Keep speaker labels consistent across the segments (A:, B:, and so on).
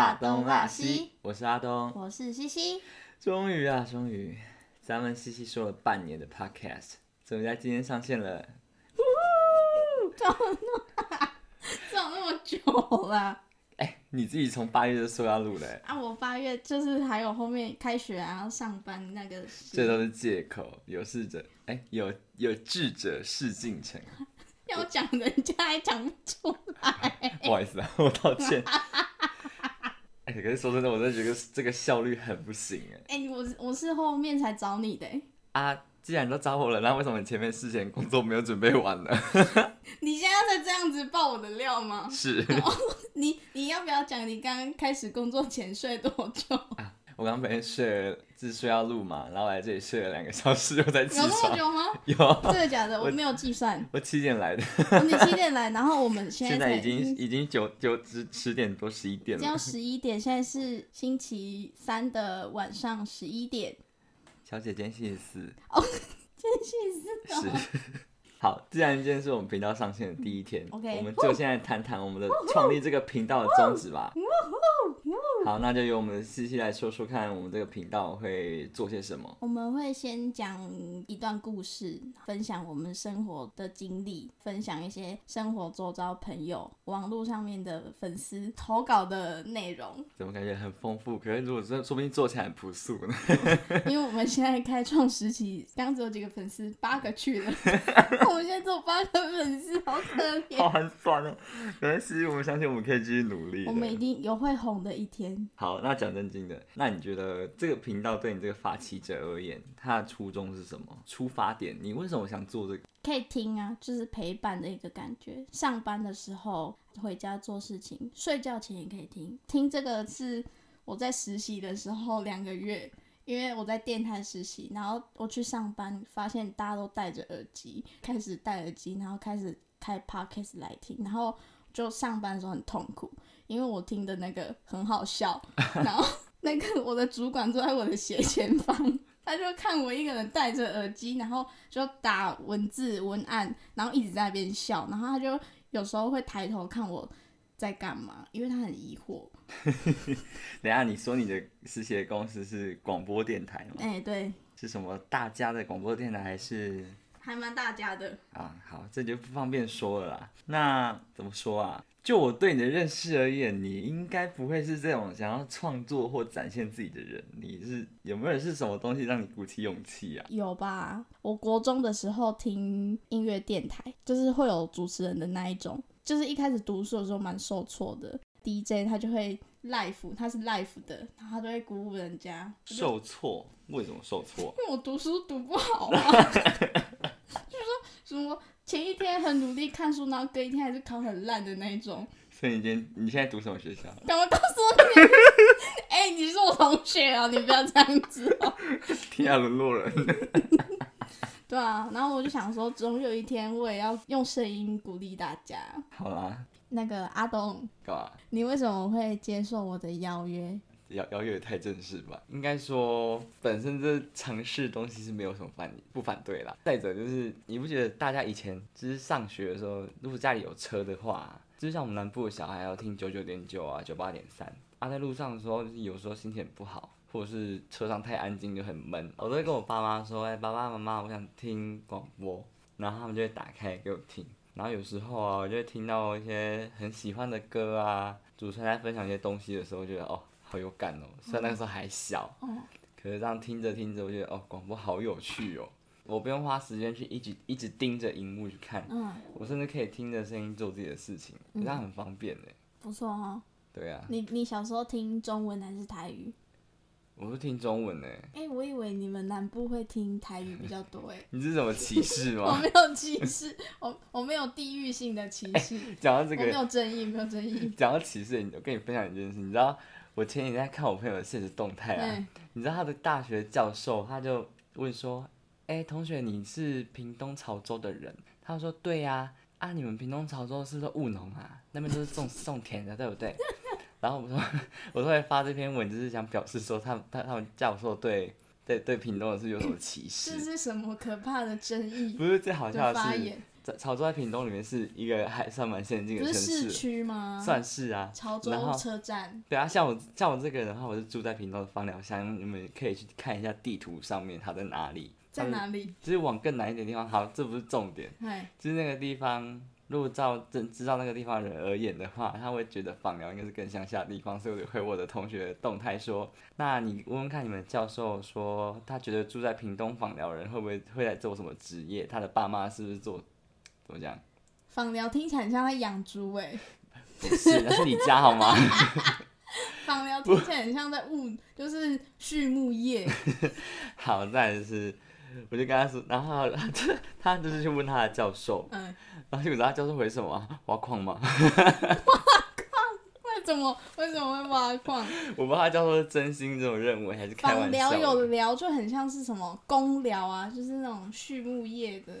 A: 小西，
B: 我是阿东。
A: 我是西西。
B: 终于啊，终于，咱们西西说了半年的 podcast，终于在今天上线了。
A: 讲那么久了
B: 哎，你自己从八月就说要录了、哎
A: 啊！我八月就是还有后面开学啊，要上班那个时
B: 这都是借口。有事者，哎，有有志者事竟成。
A: 要讲人家还讲不出来。
B: 不好意思 啊，我道歉。哎，可是说真的，我真的觉得这个效率很不行哎。
A: 哎、我是我是后面才找你的、
B: 啊，既然都找我了，那为什么你前面事前工作没有准备完呢？
A: 你现在才这样子爆我的料吗？
B: 是
A: 你你要不要讲你刚刚开始工作前睡多久？
B: 我刚本来睡了，自睡要录嘛，然后来这里睡了两个小时，又在起
A: 有那么
B: 床。
A: 久吗？
B: 有，
A: 真的假的？
B: 我
A: 我没有计 算。
B: 我七点来的，
A: 哦你七点来，然后我们现
B: 现
A: 才
B: 在已经已经九九十十点多十一点
A: 已经要
B: 了。
A: 十一点，现在是星期三的晚上十一点。
B: 小姐，今天星期四，
A: 真
B: 是
A: 是的，。
B: 好，既然今天是我们频道上线的第一天
A: 嗯 OK
B: 我们就现在谈谈我们的创立这个频道的宗旨吧。
A: 嗯
B: 好，那就由我们的西西来说说看，我们这个频道会做些什么。
A: 我们会先讲一段故事，分享我们生活的经历，分享一些生活周遭朋友、网络上面的粉丝投稿的内容。
B: 怎么感觉很丰富？可是如果真的说不定做起来很朴素 呢。
A: 因为我们现在开创时期，刚只有几个粉丝，八个去了， 我们现在只有八个粉丝，好可
B: 好
A: 怜。
B: 寒酸哦。没关系，我们相信我们可以继续努力的。
A: 我们一定有会红的一天。
B: 好，那讲正经的，那你觉得这个频道对你这个发起者而言，他的初衷是什么？出发点，你为什么想做这个？
A: 可以听啊，就是陪伴的一个感觉。上班的时候，回家做事情，睡觉前也可以听。听这个是我在实习的时候两个月，因为我在电台实习，然后我去上班，发现大家都戴着耳机，开始戴耳机，然后开始开 podcast 来听，然后就上班的时候很痛苦，因为我听的那个很好笑，然后那个我的主管坐在我的斜前方。他就看我一个人戴着耳机，然后就打文字文案，然后一直在那边笑，然后他就有时候会抬头看我在干嘛，因为他很疑惑。
B: 等一下你说你的实习的公司是广播电台吗？
A: 哎、对，
B: 是什么大家的广播电台还是？
A: 还蛮大家的。
B: 啊，好，这就不方便说了啦。那怎么说啊？就我对你的认识而言，你应该不会是这种想要创作或展现自己的人。你是有没有是什么东西让你鼓起勇气啊？
A: 有吧？我国中的时候听音乐电台，就是会有主持人的那一种，就是一开始读书的时候蛮受挫的。DJ 他就会 live，他是 live 的，然后他就会鼓舞人家。
B: 受挫？为什么受挫？
A: 因为我读书读不好啊， 就是说什么前一天很努力看书，然后隔一天还是考很烂的那一种。
B: 所以你今天你现在读什么学校？
A: 赶快告诉我 你，哎、你是我同学啊，你不要这样子哦。
B: 天涯沦落人。
A: 对啊，然后我就想说，总有一天我也要用声音鼓励大家。
B: 好啦，
A: 那个阿东，
B: 干嘛？
A: 你为什么会接受我的邀约？
B: 邀邀约太正式吧？应该说，本身这尝试东西是没有什么反不反对啦。再者就是，你不觉得大家以前就是上学的时候，如果家里有车的话，就是像我们南部的小孩要听九九点九啊、九八点三啊，在路上的时候，就是有时候心情很不好。或者是车上太安静就很闷，我都会跟我爸妈说：“哎、爸爸妈妈，我想听广播。”然后他们就会打开给我听。然后有时候啊，我就会听到一些很喜欢的歌啊，主持人在分享一些东西的时候，觉得哦，好有感哦。虽然那个时候还小，
A: 哦
B: 可是这样听着听着，我觉得哦，广播好有趣哦。我不用花时间去一直一直盯着荧幕去看，
A: 嗯，
B: 我甚至可以听着声音做自己的事情，这样很方便呢。
A: 不错哦。
B: 对啊，
A: 你你小时候听中文还是台语？
B: 我是听中文呢。欸
A: 哎、我以为你们南部会听台语比较多哎。
B: 你这是什么歧 视
A: 我
B: 吗？
A: 没有歧视， 我我没有地域性的歧视，
B: 讲哎到这
A: 我
B: 个
A: 没，有争议，没有争议。
B: 讲到歧视，我跟你分享一件事，你知道我前几天在看我朋友的现实动态啊，
A: 嗯
B: 你知道他的大学教授他就问说：“哎、同学，你是屏东潮州的人？”他说：“对呀、啊，你们屏东潮州是不是都务农啊？那边都是种种田的，对不 对？”然后我说：“我都会发这篇文，就是想表示说他们他他们教授对对对屏东人是有什么歧
A: 这
B: 视。”
A: 是什么可怕的争议
B: 不是最好笑
A: 的
B: 的
A: 发
B: 是，
A: 言？
B: 在潮州在屏东里面是一个还算蛮先进的
A: 不是
B: 城
A: 市
B: 市，
A: 区吗？
B: 算是啊。
A: 潮州
B: 然后
A: 车站，
B: 对啊，像我像我这个人的话，我是住在屏东的芳寮乡，你们可以去看一下地图上面它在哪里。
A: 在？哪里？
B: 就是往更南一点的地方。好，这不是重点，
A: 哎，
B: 就是那个地方，如果照真知道那个地方的人而言的话，他会觉得访寮应该是更乡下的地方，所以我就回我的同学的动态说，那你问问看你们教授说，他觉得住在屏东访寮的人会不会会来做什么职业？他的爸妈是不是做怎么讲？
A: 访寮听起来很像在养猪哎，
B: 不是，那是你家好吗？
A: 访寮听起来很像在务，就是畜牧业。
B: 好，再来就是，我就跟他说，然后他他就是去问他的教授，
A: 嗯，
B: 然后就知道他教授回什么啊挖矿吗？
A: 为什么为什么会挖矿？
B: 我不知道他教授是真心这么认为还是开
A: 访
B: 玩
A: 寮
B: 笑
A: 有
B: 的。
A: 寮就很像是什么公寮啊，就是那种畜牧业的。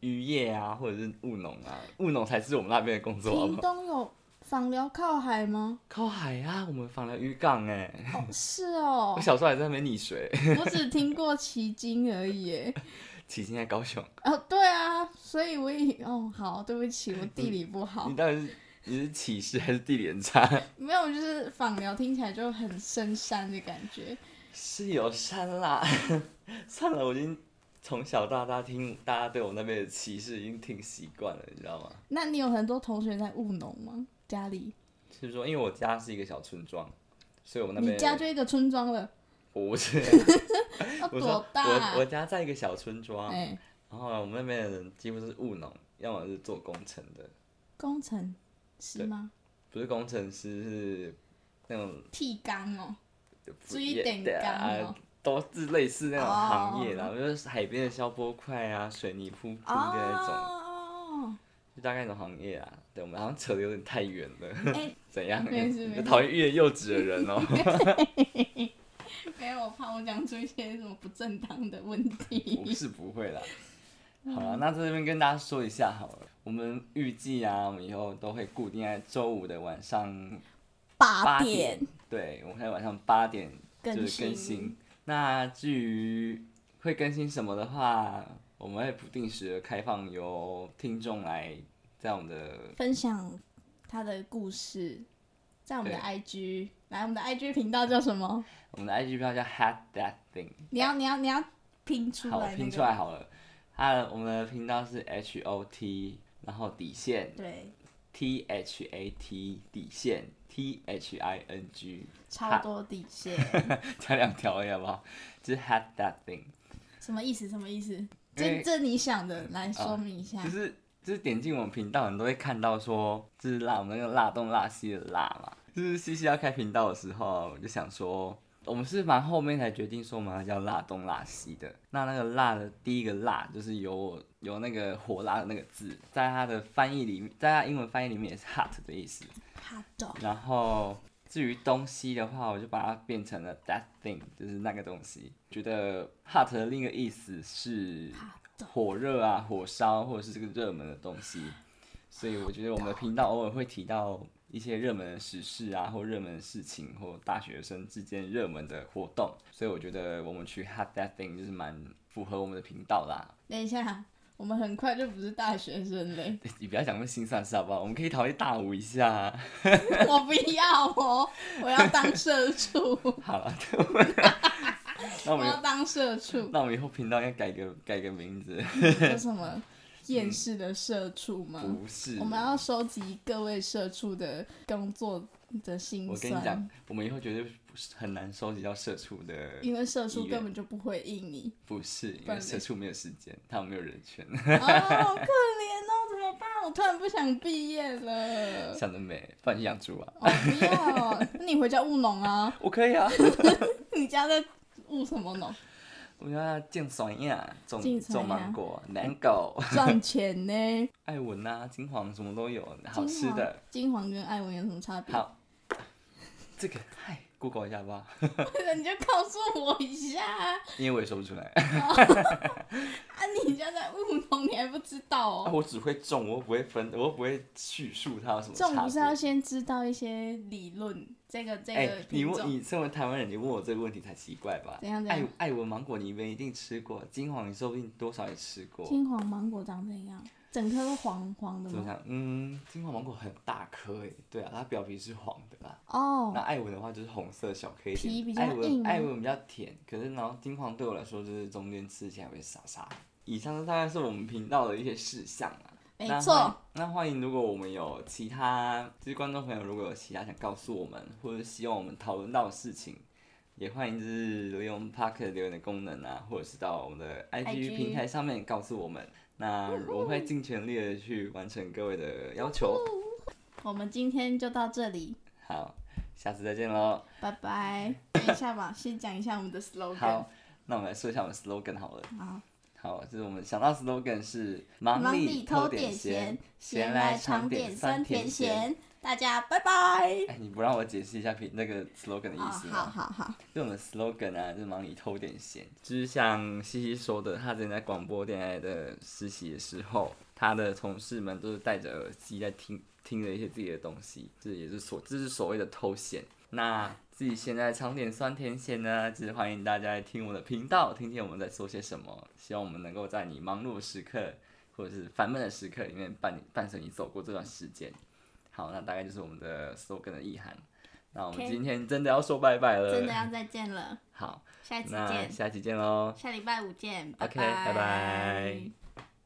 B: 渔业啊，或者是务农啊，务农才是我们那边的工作好不
A: 屏
B: 好？
A: 东有访寮靠海吗？
B: 靠海啊，我们放了渔港哎、
A: 哦，是哦
B: 我，小时候还在那边溺水，
A: 我只听过旗津而已耶。
B: 起现在高雄，
A: 哦，对啊，所以我也哦，好，对不起，我地理不好
B: 你。到底是你是起势还是地点差？
A: 没有，就是访寮听起来就很深山的感觉。
B: 是有山啦， 算了，我已经从小到大听大家对我那边的歧视已经挺习惯了，你知道吗？
A: 那你有很多同学在务农吗？家里，
B: 是说，因为我家是一个小村庄，所以我们那
A: 你
B: 边
A: 家就一个村庄了，
B: 我不是，
A: 要多
B: 我说
A: 大、啊
B: 我啊我？家在一个小村庄，
A: 哎、
B: 然后我们那边的人几乎是务农，要么是做工程的，
A: 工程师吗？
B: 不是工程师是那种
A: 剃缸哦，
B: 也
A: 水电
B: 对
A: 工
B: 啊
A: 哦，，
B: 都是类似那种
A: 哦
B: 行业啦，就是海边的消波块啊、水泥铺铺的那种，
A: 哦，
B: 就大概那种行业啊。对，我们好像扯的有点太远了，
A: 哎
B: 怎样？
A: 没事没
B: 你
A: 事
B: 讨厌越幼稚的 人哦、
A: 没有，我怕我讲出一些什么不正当的问
B: 不
A: 题。
B: 是不会啦。
A: 嗯
B: 好了，那这边跟大家说一下好了，我们预计啊，我们以后都会固定在周五的晚上
A: 八
B: 点，对，我们在晚上八点就是更
A: 更
B: 新
A: 新。
B: 那至于会更新什么的话，我们会不定时的开放由听众来在我们的
A: 分享他的故事，在我们的
B: 对
A: IG，来我们的 IG 频道叫什么？
B: 我们的 IG 票叫 Had That Thing，
A: 你要你要你要拼出
B: 好，我
A: 来那
B: 拼出
A: 个，
B: 来好了。它的我们的频道是 H O T，然后底线
A: 对，
B: T H A T 底线 T H I N G
A: 超
B: 好
A: 多底线，
B: 加两条而已好不好？就是 Had That Thing，
A: 什么意思？什么意思？
B: 因
A: 这
B: 为啊
A: 这你想的，来说明一下
B: 就。是就是点进我们频道，你都会看到说，就是辣我们那个辣东辣西的辣嘛，就是西西要开频道的时候，啊我就想说，我们是蛮后面才决定说我们要叫辣东辣西的。那那个辣的第一个辣就是有我有那个火辣的那个字，在它的翻译里面，在它英文翻译里面也是 hot 的意思。
A: 哈豆
B: 然后至于东西的话，我就把它变成了 that thing，就是那个东西。觉得 hot 的另一个意思是
A: 哈豆，
B: 火热啊、火烧或者是这个热门的东西，所以我觉得我们的频道偶尔会提到一些热门的时事啊，或热门的事情，或大学生之间热门的活动，所以我觉得我们去 have that thing 就是蛮符合我们的频道啦。
A: 等一下，我们很快就不是大学生嘞，
B: 你不要讲那么心酸事好不好？我们可以讨论大五一下、啊。
A: 我不要哦，我要当社畜，
B: 好了，那 我
A: 我
B: 们
A: 要当社 畜，
B: 那我们以后频道应该改个改个名字，
A: 有什么厌世的社畜吗？
B: 嗯不是
A: 我。们要收集各位社畜的工作的辛
B: 我跟你讲
A: 酸，，
B: 我们以后绝对不是很难收集到社畜的，
A: 因为社畜
B: 意愿
A: 根本就不回应你，
B: 不是因
A: 不然
B: 为
A: 嘞
B: 社畜没有时间，他们没有人权。
A: 哦，好可怜哦，怎么办？我突然不想毕业了。
B: 想得美，不然去养猪啊！
A: 哦，不要，那你回家务农啊？
B: 我可以啊，
A: 你家在务什么农？
B: 我要种酸呀，种
A: 种酸呀
B: 种芒果、南狗、
A: 赚钱呢？
B: 艾文啊、金黄什么都有， 好吃的。
A: 金黄。金黄跟艾文有什么差别？
B: 好，这个嗨，Google 一下吧，
A: 你就告诉我一下啊！
B: 因为我也说不出来。
A: 啊你家在务农，你还不知道 哦。
B: 啊，我只会种，我又不会分，我又不会叙述它有什么差
A: 种
B: 别。
A: 不是要先知道一些理论，这个这
B: 哎、
A: 个
B: 你
A: 品
B: 问
A: 种。
B: 你身为台湾人，你问我这个问题才奇怪吧？
A: 怎样怎
B: 爱
A: 样？
B: 爱文芒果你们一定吃过，金黄你说不定多少也吃过。
A: 金黄芒果长怎样？整颗都黄黄的
B: 怎么
A: 吗？
B: 讲？嗯，金黄芒果很大颗诶，对啊，它表皮是黄的啦。那
A: 哦，
B: 艾文的话就是红色小 K
A: 皮比
B: 点，
A: 较
B: 艾文
A: 硬啊
B: 艾文比较甜，可是然后金黄对我来说就是中间吃起来会沙沙。以上大概是我们频道的一些事项啊。
A: 没
B: 那欢
A: 错，
B: 那欢迎，如果我们有其他就是观众朋友，如果有其他想告诉我们，或者希望我们讨论到的事情，也欢迎就是留言我们 Park 留言的功能啊，或者是到我们的 IG
A: IG
B: 平台上面告诉我们。那我们会尽全力的去完成各位的要求。
A: 我们今天就到这里，
B: 好，下次再见喽。
A: 拜 拜。等一下吧，先讲一下我们的 slogan
B: 好。，那我们来说一下我们 slogan 好了。
A: 好，
B: 好，就是我们想到 slogan 是忙里偷点闲，闲来
A: 来
B: 尝
A: 点
B: 点酸
A: 甜
B: 甜咸。。
A: 大家拜拜。
B: 哎，你不让我解释一下品那个 slogan 的
A: 哦，
B: 意思
A: 好
B: 吗？
A: 好好，
B: 就我们 slogan 啊，就是忙里偷点闲，就是像西西说的，他之前在广播电台的实习的时候，他的同事们都是戴着耳机在听听着一些自己的东西，这也是所这是所谓的偷闲。那自己现在尝点酸甜咸呢，就是欢迎大家来听我的频道，听听我们在说些什么。希望我们能够在你忙碌的时刻，或者是烦闷的时刻里面伴你伴随你走过这段时间。好，那大概就是我们的 slogan 的意涵。那我们
A: OK
B: 今天真的要说拜拜了，
A: 真的要再见了，
B: 好，
A: 下一次
B: 呃那
A: 见，
B: 下期见喽。
A: 下礼拜五见，
B: OK，拜拜